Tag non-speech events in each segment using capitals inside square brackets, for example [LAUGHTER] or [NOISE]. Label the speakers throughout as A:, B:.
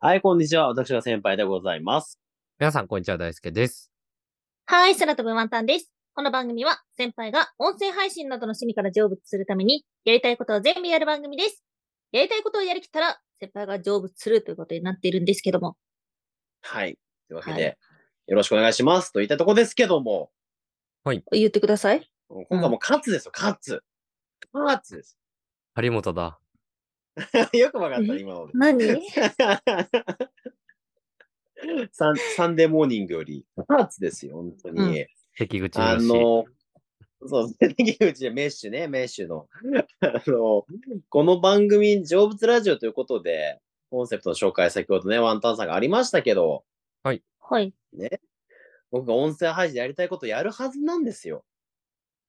A: はい、こんにちは。私が先輩でございます。
B: 皆さん、こんにちは。大輔です。
C: オはい、空飛ぶワンタンです。この番組は、先輩が音声配信などの趣味から成仏するために、やりたいことを全部やる番組です。やりたいことをやりきったら、先輩が成仏するということになっているんですけども。
A: はい。というわけで、
C: は
A: よろしくお願いします。と言いたいとこですけども、
C: 言ってください。
A: 今回もカツですよ、カツ。カツです。 [LAUGHS]
B: 張本だ。
A: よくわかった、
C: え
A: 今の [LAUGHS] で。
C: 何
A: サンサンデーモーニングより、カツですよ、本当に。
C: うん
B: 関口
A: あ
B: 宏
A: の、そう、関口でメッシュね、メッシュの。あの、この番組、成仏ラジオということで、コンセプトの紹介、先ほどね、ワンタンさんがありましたけど、
C: [LAUGHS] はい。
A: 僕が音声配信でやりたいことやるはずなんですよ。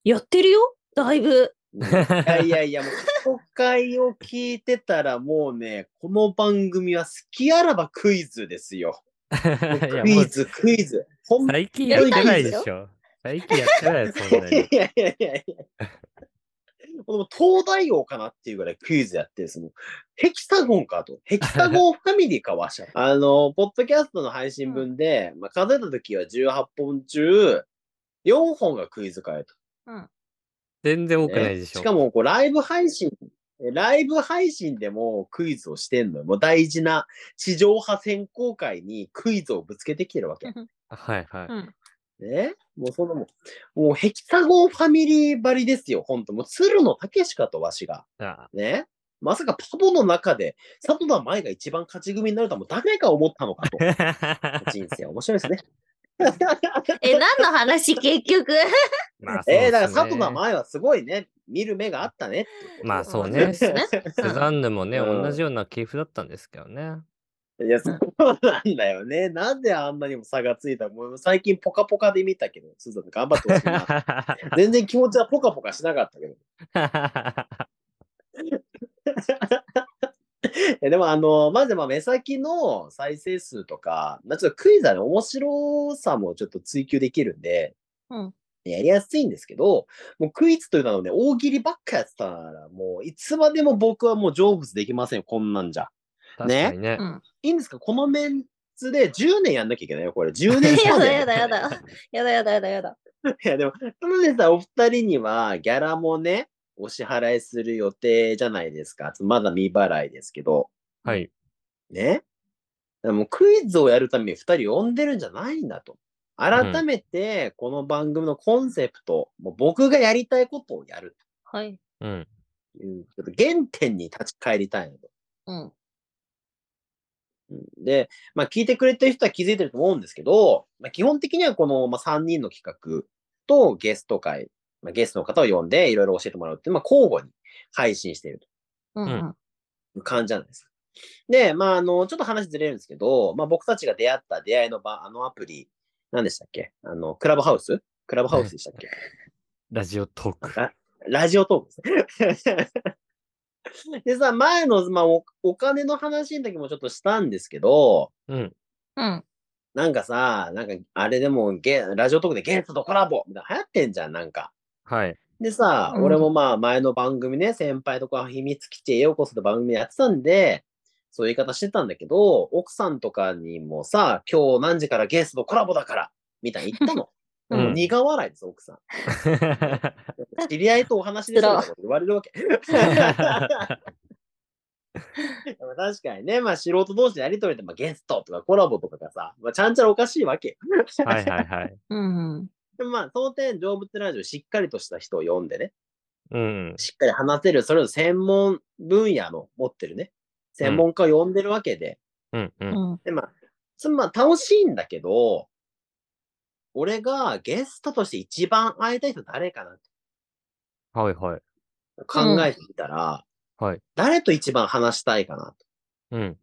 C: やってるよだいぶ。
A: いやいやいや、もう、公開を聞いてたら、もうね、この番組は好きあらばクイズですよ。
B: いや
A: ク
B: も
A: イ
B: う
A: ズ、クイズ。ほん
B: 最近やってないでしょ。最近やってないです、そんないに。
A: やいやいやいや。もう東大王かなっていうぐらいクイズやってるんですもうヘキサゴンかと。ヘキサゴンファミリーかわしゃ。 [LAUGHS] あの、ポッドキャストの配信分で、まあ、数えた時は18本中、4本がクイズ会と。
C: うん。
B: 全然多くないでしょ。
A: しかも、こう、ライブ配信、ライブ配信でもクイズをしてんのよ。もう大事な地上波選考会にクイズをぶつけてきてるわけ。
B: はいはい。
C: うん。
A: ね、もうそのもう、もうヘキサゴンファミリーばりですよ、ほんと。もう鶴の竹しかとわしが。 [LAUGHS]
B: あ
A: ね。まさかパボの中で、佐藤田舞が一番勝ち組になるとはもう誰が思ったのかと。人生面白いです
B: [LAUGHS]
A: ね。
C: え、何の話結局
B: まあ、そう
A: えー、だから
B: っすね
A: 佐藤田舞はすごいね、見る目があったねってこと
B: まあそう
C: そう
B: ね。
C: で
B: セ
C: すね
B: ザンヌもね、
A: うん
B: 同じような系譜だったんですけどね。
A: いや、 [LAUGHS] そうなんだよね。なんであんなにも差がついたもう最近ポカポカで見たけど、すず頑張ってほしい
B: [LAUGHS]
A: な。全然気持ちはポカポカしなかったけど。えでも、あの、まず、まあ、目先の再生数とか、まあ、ちょっとクイズはね、面白さもちょっと追求できるんで、
C: うん
A: やりやすいんですけど、もうクイズというのはね、大喜利ばっかやってたら、もう、いつまでも僕はもう成仏できませんよ、こんなんじゃ。
B: 確かにね
C: うん。
A: いいんですかこのメンツで10年やんなきゃいけないよ、これ。10年
C: や
A: 間
C: だ [LAUGHS] や
A: で
C: だや
A: んなきゃいけ
C: だ。や
A: ない
C: だやだやだやだ。
A: いや、でも、ただでさえお二人には、ギャラもね、お支払いする予定じゃないですか。まだ未払いですけど。
B: はい。
A: ね。でもクイズをやるために二人呼んでるんじゃないんだと。改めて、この番組のコンセプト、もう僕がやりたいことをやる
C: はい。
B: うん。
A: という、ちょっと原点に立ち返りたいなと。
C: うん。
A: うんで、まあ、聞いてくれてる人は気づいてると思うんですけど、まあ、基本的にはこの、まあ、3人の企画とゲスト会、まあ、ゲストの方を呼んでいろいろ教えてもらうっていう、まあ、交互に配信している
C: うん。うん。
A: という感じなんです。で、まあ、あの、ちょっと話ずれるんですけど、まあ、僕たちが出会った出会いの場、あのアプリ、何でしたっけあの、クラブハウスクラブハウスでしたっけ
B: ラジオトーク。
A: あラジオトークですね。でさ、前の、まあお、お金の話の時もちょっとしたんですけど、
B: うん。
C: うん。
A: なんかさ、なんか、あれでもゲ、ラジオトークでゲストとコラボみたいな流行ってんじゃん、なんか。 [LAUGHS]
B: はい。
A: でさ、
C: うん
A: 俺もまあ、前の番組ね、先輩とか秘密基地へようこそって番組やってたんで、そういう言い方してたんだけど、奥さんとかにもさ、今日何時からゲストとコラボだからみたいに言ったの。
B: うん
A: もう苦笑いです、奥さん。知り合いとお話でしょみたいなこと言われるわけ。 [LAUGHS] まあ確かにね、まあ素人同士でやりとりで、まあ、ゲストとかコラボとかがさ、まあ、ちゃんちゃらおかしいわけよ。 [LAUGHS]
B: はいはいはい。
C: うん。
A: でもまあ、その点、成仏ラジオ、しっかりとした人を呼んでね、
B: うん。
A: しっかり話せる、それぞれ専門分野の持ってるね、専門家を呼んでるわけで、
B: うん。
C: う
B: う。
C: んん。
A: で、まあ、そのまあ、楽しいんだけど、俺がゲストとして一番会いたい人誰かなって
B: はいはい。
A: 考えてみたら、
B: うんはい
A: 誰と一番話したいかなと。
B: うん。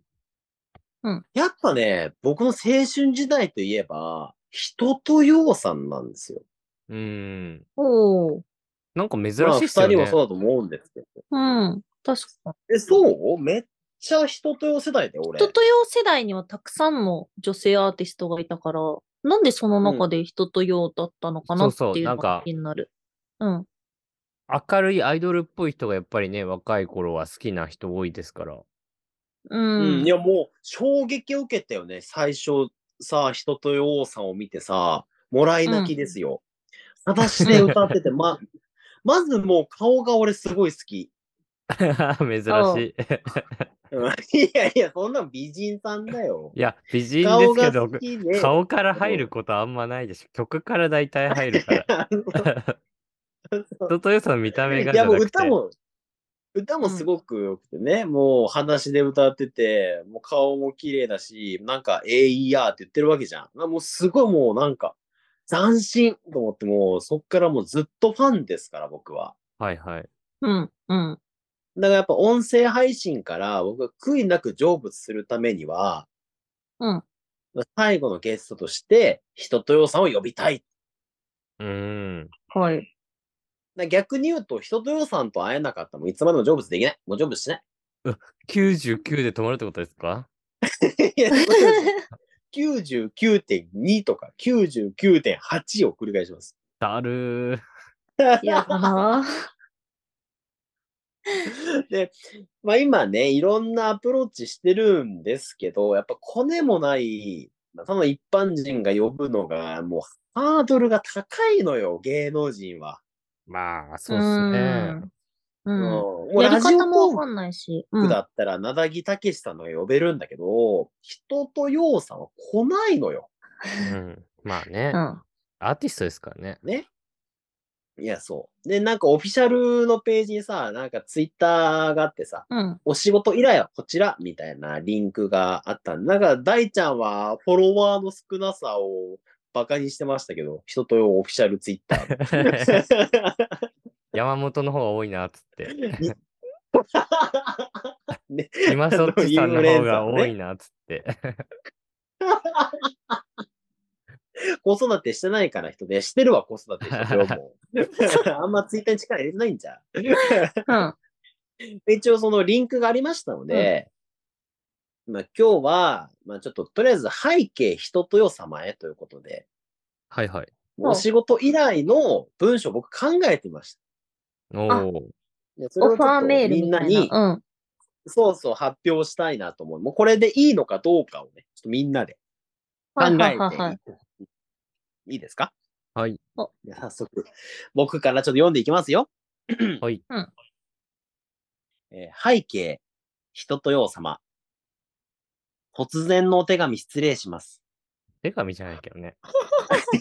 A: やっぱね、僕の青春時代といえば、人とようさんなんですよ。
B: うん。
C: おー。
B: なんか珍し
A: まあ、
B: い
A: 二
B: っすよ
A: 人も
B: ね
A: そう。だと思うんですけど。
C: うん。確か。
A: え、そうめっちゃ人と世代で俺。
C: 人とよう世代にはたくさんの女性アーティストがいたから、なんでその中で人とようだったのかな
B: うん
C: っ
B: そうそう
C: ていう
B: な
C: の
B: んか
C: が気になる。うん。
B: 明るいアイドルっぽい人がやっぱりね、若い頃は好きな人多いですから。 [LAUGHS]
C: うん。
A: いや、もう衝撃を受けたよね。最初さ、人とよ王さんを見てさ、もらい泣きですよ。裸足で歌って
B: [LAUGHS]
A: て、ま、まずもう顔が俺すごい好き。
B: 珍しい。
A: うん [LAUGHS] いやいや、そんなん美人さんだよ。
B: いや、美人です
A: 顔
B: け
A: が
B: ど
A: 好、きで。
B: 顔から入ることあんまないでしょ。曲から大体入るから。
A: [LAUGHS]
B: 人とよさん見た目が
A: い
B: じ
A: や
B: ゃ
A: もう
B: なくて
A: 歌。も、歌もすごく良くてね、もう裸足で歌ってて、もう顔も綺麗だし、なんか AER って言ってるわけじゃん。もうすごいもうなんか、斬新と思って、もうそっからもうずっとファンですから、僕は。
B: はいはい。
C: うん。うん。
A: だからやっぱ音声配信から僕が悔いなく成仏するためには、
C: うん。
A: 最後のゲストとして、人とよさんを呼びたい。
B: うーん。
C: はい。
A: だから逆に言うと、人とよさんと会えなかったらもういつまでも成仏できない。もう成仏しない。 [LAUGHS]
B: 99で止まるってことですか
A: いやそうです99.2とか99.8を繰り返します。
B: だるー。
C: [LAUGHS] やだな
A: [LAUGHS] で、まあ、今ね、いろんなアプローチしてるんですけど、やっぱコネもない、まあ、その一般人が呼ぶのが、もうハードルが高いのよ、芸能人は。
B: まあ、そうっすね。
C: う。
A: うんも
C: うん。
A: う
C: や
A: ラ
C: り
A: ジ
C: 方も
A: オ
C: わか
A: ト
C: んないし。
A: ー
C: う
A: ク
C: ん。
A: だったら、なだぎたけしさんのが呼べるんだけど、人とようさんは来ないのよ。
B: うん。まあね
C: う。ん。
B: アーティストです
A: [LAUGHS]
B: からね。
A: いや、そう。で、なんかオフィシャルのページにさ、なんかツイッターがあってさ、
C: うん。
A: お仕事依頼はこちらみたいなリンクがあったんだから、大ちゃんはフォロワーの少なさをバカにしてましたけど、人とよオフィシャルツイッター。
C: [LAUGHS]
B: 山本の方が多いなっつって。
A: [LAUGHS] ね、
B: 今そっちさんの方が多いなっつって。
A: 子育てしてないから人で、してるわ、子育てしてるも
C: [LAUGHS]
A: うあんまツイッターに力入れてないんじゃん。
C: うん。
A: 一応そのリンクがありましたので、まあ今日は、まあちょっととりあえず背景人とよ様へということで、
B: はいはい。
C: そう
A: お仕事依頼の文章僕考えてまし
B: おお。
A: た。でそれ
C: オファ
A: をちょっ
C: ー
A: と
C: メール
A: みん
C: み
A: な
C: たい
A: に、
C: な。うん。
A: そうそう発表したいなと思う。もうこれでいいのかどうかをね、ちょっとみんなで考
C: はい
A: えてい
C: はいはいはい。
A: いですか
B: はい。
A: で早速、僕からちょっと読んでいきますよ。
B: はい。
A: えー背景、人とよう様。突然のお手紙失礼します。
B: 手紙じゃないけどね。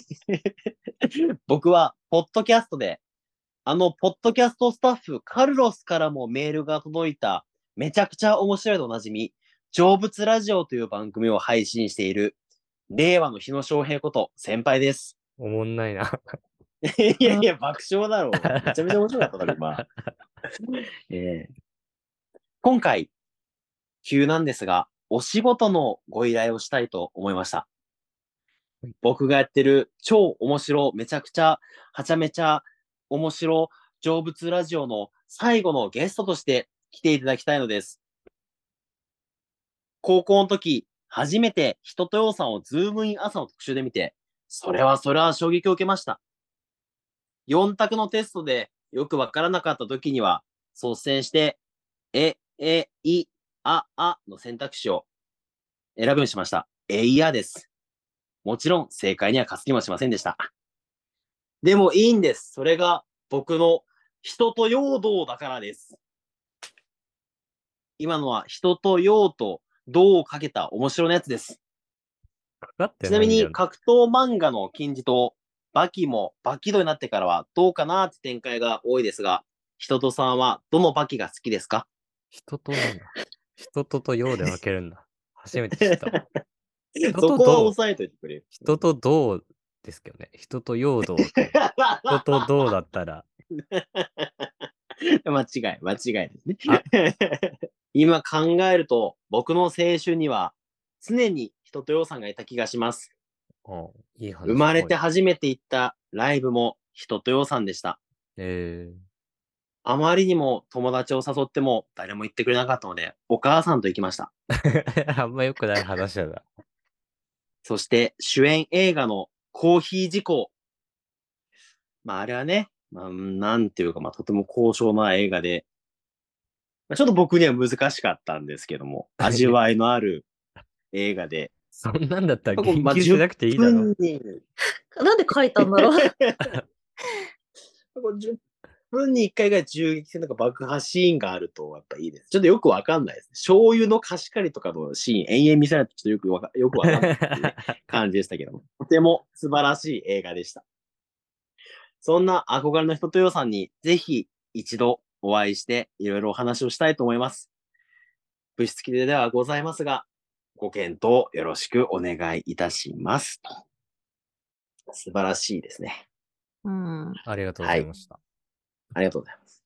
A: [LAUGHS] 僕は、ポッドキャストで、あの、ポッドキャストスタッフ、カルロスからもメールが届いた、めちゃくちゃ面白いとおなじみ、成仏ラジオという番組を配信している、令和の日野翔平こと、先輩です。
B: おもんな
A: [LAUGHS]
B: いな。
A: いやいや、爆笑だろう。めちゃめちゃ面白かったから、今。えー今回、急なんですが、お仕事のご依頼をしたいと思いました。僕がやってる超面白、めちゃくちゃ、はちゃめちゃ面白、成仏ラジオの最後のゲストとして来ていただきたいのです。高校の時、初めて人とようさんをズームイン朝の特集で見て、それはそれは衝撃を受けました。4択のテストでよくわからなかった時には、率先して、え、え、い、あ、あの選択肢を選ぶようにしました。えいやです。もちろん正解には勝つ気もしませんでした。でもいいんです。それが僕の人と陽道だからです。今のは人と陽と道をかけた面白なやつです。
B: かかって
A: ちなみ
B: い
A: に
B: んだよ
A: 格闘漫画の金字とバキもバキドになってからはどうかなって展開が多いですが、人とさんはどのバキが好きですか
B: 人となんだ。人とと用で分ける
A: [LAUGHS]
B: んだ。初めて知った。
A: そ
B: と
A: こは抑えといてく
B: [LAUGHS]
A: れよ。
B: 人とどうですけどね。人と用道と。
A: [LAUGHS]
B: 人とどうだったら。
A: 間違い、間違いですね。
B: [LAUGHS]
A: 今考えると僕の青春には常に人とようさんがいた気がします。
B: うんいい話っぽい。
A: 生まれて初めて行ったライブも人とようさんでした。
B: え
A: あまりにも友達を誘っても誰も行ってくれなかったので、お母さんと行きました。
B: ー [LAUGHS] あんま良くない話だな。
A: そして主演映画のコーヒー事故。まああれはね、まあ、うんなんていうか、まあとても高尚な映画で、まあちょっと僕には難しかったんですけども、味わいのある映画で。
B: そんなんだったら
A: まあ
B: 言及しなくていいだろ。
A: 10分に
C: なんで書いたんだろう。
A: これ10分に1回ぐらい銃撃戦とか爆破シーンがあると、やっぱいいです。ちょっとよくわかんないです。醤油の貸し借りとかのシーン、延々見せられて、ちょっとよくわかよくわかんないっていう感じでしたけども、とても素晴らしい映画でした。そんな憧れの人とよさんに、ぜひ一度お会いして、いろいろお話をしたいと思います。部室付きではございますが、ご検討よろしくお願いいたします。と素晴らしいですね。
C: うん。
B: ありがとうございました。
A: ありがとうございます。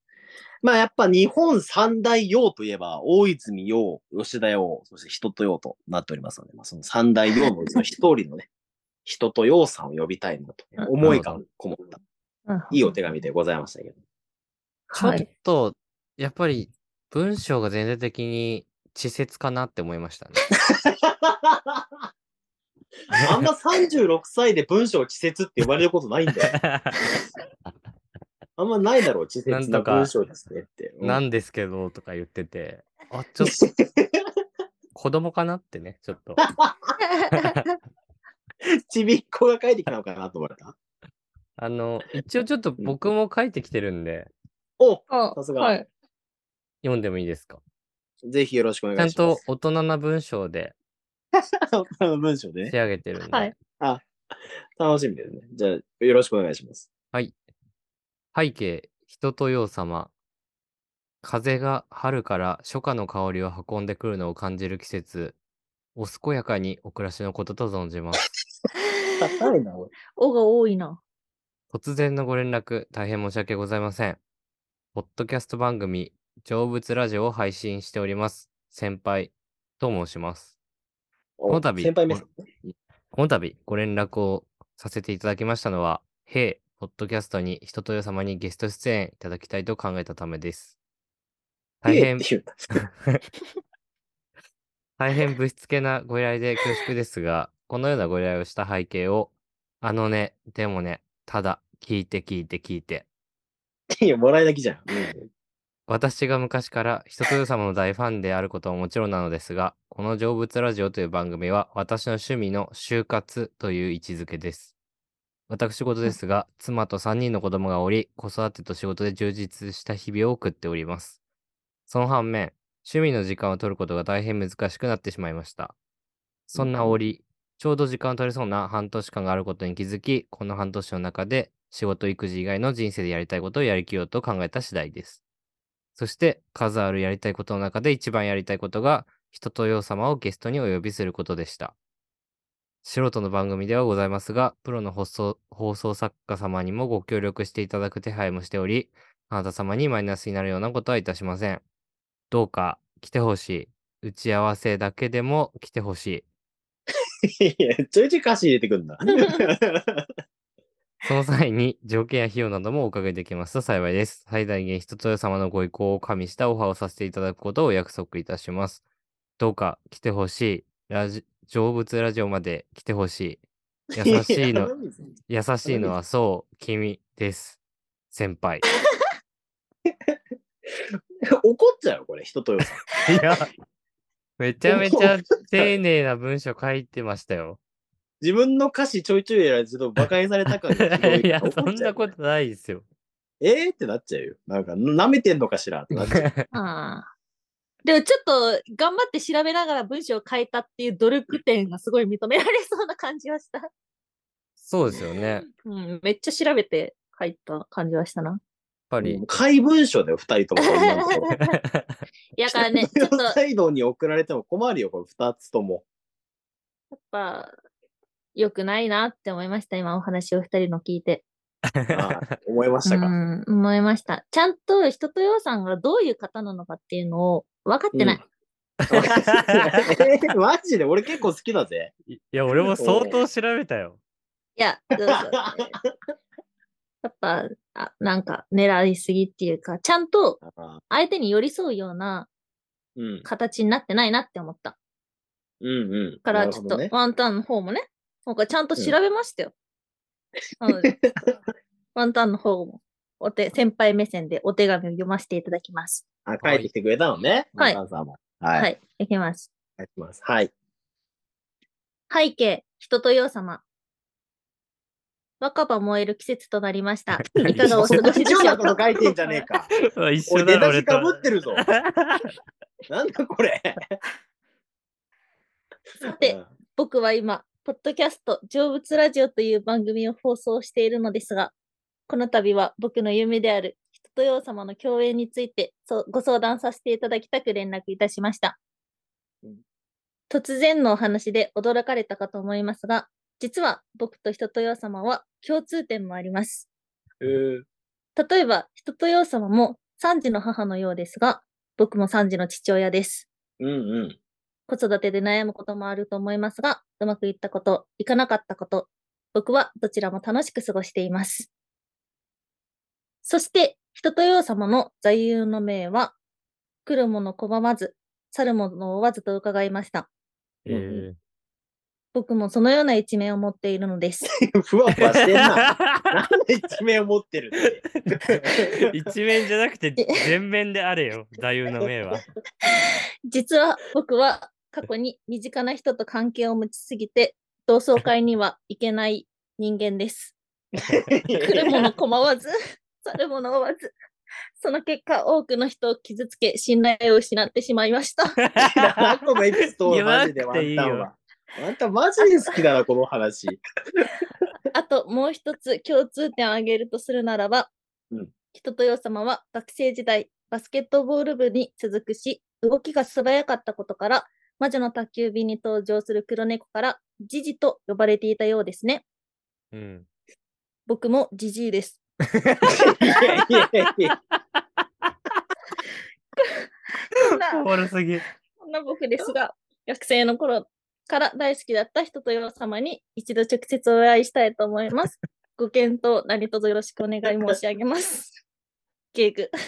A: まあやっぱ日本三大洋といえば、大泉洋、吉田洋、そして人と洋となっておりますので、まあ、その三大洋のうちの一人のね、 [LAUGHS] 人と洋さんを呼びたいなと、思いがこもった、いいお手紙でございました [LAUGHS] けど。
C: は
B: ちょ
C: い
B: っ。と、やっぱり文章が全体的に稚拙かなって思いま
A: [LAUGHS]
B: したね。
A: あんな36歳で文章稚拙って呼ばれることないんだ [LAUGHS] よ。あんまないだろう、稚拙な文章ですねって。うん
B: なんですけど、とか言ってて、あ、ちょっと、子供かなってね、ちょっと。
A: [LAUGHS] ちびっこが書いてきたのかなと思われた。
B: あの、一応ちょっと僕も書いてきてるんで、
A: お
C: あ
A: さす
C: [LAUGHS]
A: が
C: はい。
B: 読んでもいいですか
A: ぜひよろしくお願
B: ち
A: い
B: ゃん
A: [LAUGHS] しま
B: と
A: す。
B: 大人な文章で
A: ちゃんと。文章でね
B: 仕。上げてるんで。 [LAUGHS]
C: はい
A: 楽しみですね。じゃあ、よろしくお願いします。
B: 背景、人とよう様。風が春から初夏の香りを運んでくるのを感じる季節。お健やかにお暮らしのことと存じます。
A: 高いな、俺。
C: おが多いな。
B: 突然のご連絡、大変申し訳ございません。ポッドキャスト番組、成仏ラジオを配信しております。先輩と申します。この度
A: 先輩目線。
B: この度ご連絡をさせていただきましたのは、平、ポッドキャストに人とよ様にゲスト出演いただきたいと考えたためです。大変
A: って、言うんだ
B: 大変ぶしつけなご依頼で恐縮ですが、このようなご依頼をした背景を、あのね、でもね、ただ、聞いて聞いて聞いて、
A: いや、もらい泣きじゃん。うん
B: 私が昔から人とよ様の大ファンであることはもちろんなのですが、この成仏ラジオという番組は私の趣味の就活という位置づけです。私事ですが、妻と3人の子供がおり、子育てと仕事で充実した日々を送っております。その反面、趣味の時間を取ることが大変難しくなってしまいました。そんな折、ちょうど時間を取れそうな半年間があることに気づき、この半年の中で仕事育児以外の人生でやりたいことをやりきようと考えた次第です。そして数あるやりたいことの中で一番やりたいことが人とよう様をゲストにお呼びすることでした。素人の番組ではございますが、プロの放送放送作家様にもご協力していただく手配もしており、あなた様にマイナスになるようなことはいたしません。どうか来てほしい。打ち合わせだけでも来てほしい。
A: いや、ちょいちょい歌詞入れてくんだ。
B: その際に条件や費用などもお伺いできますと幸いです。最大限人とよ様のご意向を加味したオファーをさせていただくことをお約束いたします。どうか来てほしい。ラジ、成仏ラジオまで来てほしい。優しい
A: や
B: の、。優しいのはそう、君です。先輩。
A: [LAUGHS] 怒っちゃうよ、これ、人とよさん。
B: いや、めちゃめちゃ丁寧な文章書いてましたよ。
A: 自分の歌詞ちょいちょいやられて、ちょっと馬鹿にされた感がすご
B: [LAUGHS] いや、
A: 怒っちゃう
B: そんなことないですよ。
A: えーってなっちゃうよ。なんか、舐めてんのかしらってなっちゃう。
C: ああ。でもちょっと頑張って調べながら文章を変えたっていう努力点がすごい認められそうな感じは
A: [LAUGHS]
C: した。
B: [LAUGHS] そうですよね。やっ
C: うん、めっちゃ調べて書いた感じはした
A: [LAUGHS]
C: な。
B: ぱり
A: もう。怪文書だよ、二人とも。今のところ
C: いやだから
A: [LAUGHS]
C: ね、ちょっと、やっ
A: 北海道に送られても困るよ、これ、二つとも。
C: ぱ、良くないなって思いました。今お話を二人の聞いて。
A: ああ思いまし
C: う
A: たか。
C: ん、思いました。ちゃんと人とようさんがどういう方なのかっていうのを分かってない。
A: [LAUGHS] えマジで俺結構好きだぜ。
B: [LAUGHS] いや、俺も相当調べたよ。
C: いや、そうそうやっぱあ、なんか狙いすぎっていうか、ちゃんと
A: あ
C: 相手に寄り添うような
A: うん。
C: 形になってないなって思った。
A: うんうん。
C: か
A: な
C: ら、
A: る
C: ちょ
A: ほ
C: っ
A: ど
C: と、
A: ね
C: ワンタンの方もね、
A: [LAUGHS]
C: なんかちゃんと調べましたよ。なのでワンタンの方も。お手、先輩目線でお手紙を読ませていただきます。
A: あ、帰ってきてくれたのね。
C: はい
A: マンタンさんも
C: は。
A: はいい。
C: いきます。
A: 帰ってきます。はい。
C: 背景、人とよう様。若葉燃える季節となりま
A: [LAUGHS]
C: した。いかがお過ごしでし
A: 一
C: ょ
A: 応
C: う
A: な
C: か
A: こと書いてんじゃねえか。
B: 一
A: 俺
B: 緒
A: 出
B: だ
A: だ
B: ろ、俺
A: しかぶ
B: と。
A: ってるぞ。なんだこれ。
C: さて、僕は今、ポッドキャスト、成仏ラジオという番組を放送しているのですが、この度は僕の夢である人とよう様の共演についてそうご相談させていただきたく連絡いたしました
A: うん。
C: 突然のお話で驚かれたかと思いますが、実は僕と人とよう様は共通点もあります。
A: うん。うん
C: 例えば、人と様様も3児の母のようですが、僕も3児の父親です。
A: うんうん。
C: 子育てで悩むこともあると思いますが、うまくいったこと、いかなかったこと、僕はどちらも楽しく過ごしています。そして、人と様様の座右の銘は、来るもの拒まず、去るものを追わずと伺いました。
A: うん
B: え
C: 僕もそのような一面を持っているのです。
A: [LAUGHS] ふわふわしてんな。
B: [LAUGHS] ー
A: なんで一面を持ってるって。
B: 一面じゃなくて全面であれよ、座右の銘は。
C: 実は僕は過去に身近な人と関係を持ちすぎて同窓会には行けない人間です。来
A: [LAUGHS]
C: るもの構わず、 [LAUGHS] 去るもの追わず、その結果多くの人を傷つけ信頼を失ってしまいました。
A: [LAUGHS] あとのエピソードマジでワン
B: 言
A: タ
B: わなくていい
A: ン
B: よ
A: は。ワンタンマジで好きだな、この話。
C: あともう一つ共通点を挙げるとするならば、
A: うん
C: 人とよ様は学生時代バスケットボール部に所属し動きが素早かったことから魔女の宅急便に登場する黒猫からジジと呼ばれていたようですね。
B: うん。
C: 僕もジジイ
A: [LAUGHS]
C: です。
A: いやいやいや
C: こんな
B: おもろすぎ。
C: こんな僕ですが、学生の頃から大好きだった人とよ様に一度直接お会いしたいと思い [LAUGHS] ます。ご検討何卒よろしくお願い申し上げます。ゲーグ。
B: 素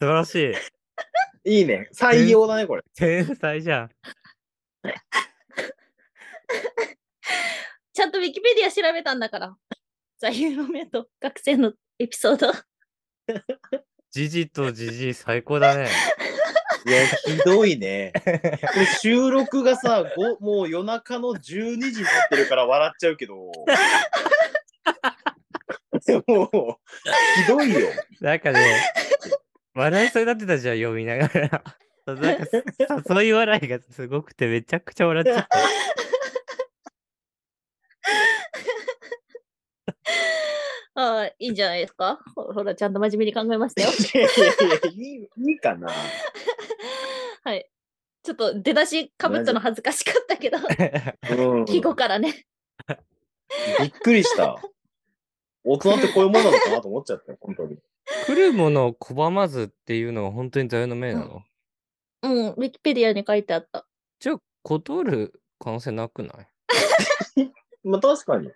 B: 晴らしい。
A: いいね。採用だね、これ。
B: 天才じゃん。
C: ちゃんとウィキペディア調べたんだから。座右の銘と学生のエピソード。
B: ジジとジジイ最高だね。
A: いや、ひどいね。これ収録がさ、ごもう夜中の12時になってるから笑っちゃうけど。でもう、ひどいよ。
B: なんかね、笑いそうになってたじゃん、読みながら。 [LAUGHS] そうなんかさ誘い笑いがすごくてめちゃくちゃ笑っちゃった。
C: ああ、いいんじゃないですかほほら、ちゃんと真面目に考えま [LAUGHS] したよ。
A: いやいやいやいい、いいかな。
C: はい。ちょっと出だしかぶったの恥ずかしかった [LAUGHS] けど、
B: [LAUGHS]
A: うん、び
C: 季語からね。
A: っくりした。大人ってこういうものなのかなと思っちゃったよ、本当に。
B: 来るものを拒まずっていうのが本当に座右の銘なの、
C: うん、ウィキペディアに書いてあった。
B: じゃあ断る可能性なくない
A: まあ確かに。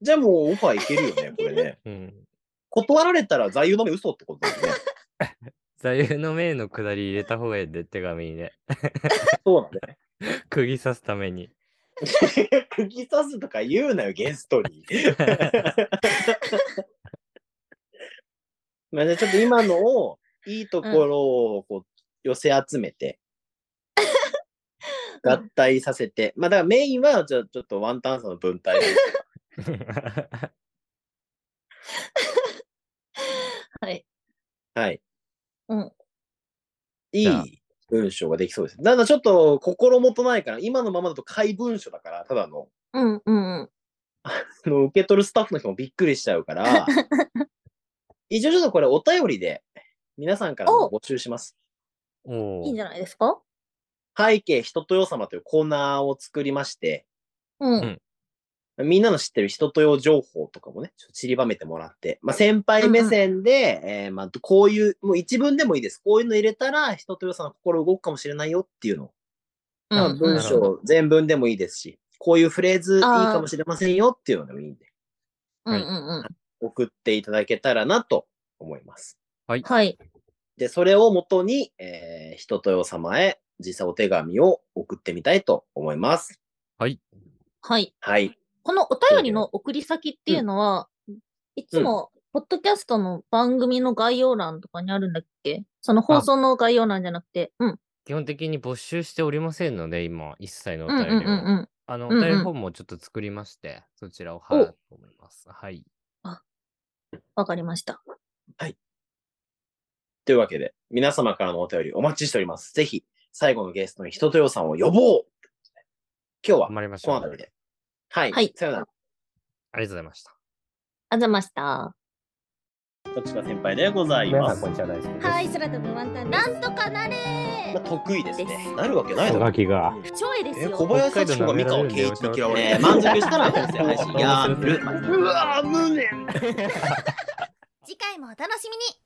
A: じゃあもうオファーいけるよね、これね。
B: うん。
A: 断られたら座右の銘嘘ってことだよね。
B: 座右の銘のくだり入れた方がいいで、手紙にね。
A: そうだね。
B: 釘刺すために。
A: [LAUGHS] 釘刺すとか言うなよ、ゲストに。 [LAUGHS] まあね、ちょっと今のを、いいところをこう寄せ集めて、合体させて、まあだからメインは、じゃあちょっとワンタンさんの
C: [LAUGHS]
A: 文体で。
C: はい。
A: はい。
C: うん。
A: い
B: じゃあ
A: い文章ができそうです。ただちょっと心もとないから、今のままだと怪文書だから、ただの。
C: うんうんうん。
A: あの受け取るスタッフの人もびっくりしちゃう [LAUGHS] から、一応ちょっとこれお便りで皆さんからも募集します。
B: おお
C: いいんじゃないですか
A: 背景人とよ様というコーナーを作りまして、
C: うん。
B: うん
A: みんなの知ってる人とよ情報とかもね、ちょっと散りばめてもらって、まあ、先輩目線で、えーまあ、こういう、もう一文でもいいです。こういうの入れたら、人とよさんの心動くかもしれないよっていうのを
C: う
A: まあ
C: ん
A: 文
B: なるほ
A: 章全文でもいいですし、こういうフレーズいい
C: あー
A: かもしれませんよっていうのでもいいんで、
C: うんうんうん。
A: 送っていただけたらなと思います。
C: はい。
A: で、それをもとに、えー、人とよ様へ実際お手紙を送ってみたいと思います。
C: はい。
A: はい。
C: このお便りの送り先っていうのは、いつもポッドキャストの番組の概要欄とかにあるんだっけその放送の概要欄じゃなくて、うん。
B: 基本的に募集しておりませんので、今、一切のお
C: うんうん
B: 便り
C: うん
B: を。
C: うん。
B: あの、お
C: うんうん
B: 便りフォームをちょっと作りまして、そちらを貼ろうと思います。はい。
C: わかりました。
A: というわけで、皆様からのお便りお待ちしております。ぜひ、最後のゲストに人とよさんを呼ぼう今日は
B: 頑、張りまし
A: こ
B: ょう。
A: の
B: あり
A: 辺りで。はい。
C: はい
A: さよなら。
B: がとうございました。
C: あざました。
A: こっちが先輩でござい
B: 皆
A: ま
B: さん、
A: す。
B: こんにちは、大好きです。
C: はい、空飛ぶワンタンなんとかなれ
A: まあ得意です
C: で
A: ね
C: す。
A: なるわけないだ
B: お
A: ろ
B: が。きが。
A: うん
C: 超えです
A: え、
C: よ。
A: 小林幸子が三河圭一に嫌われて、満足したら音声配信やる。うわぁ、無念
C: 次回もお楽しみに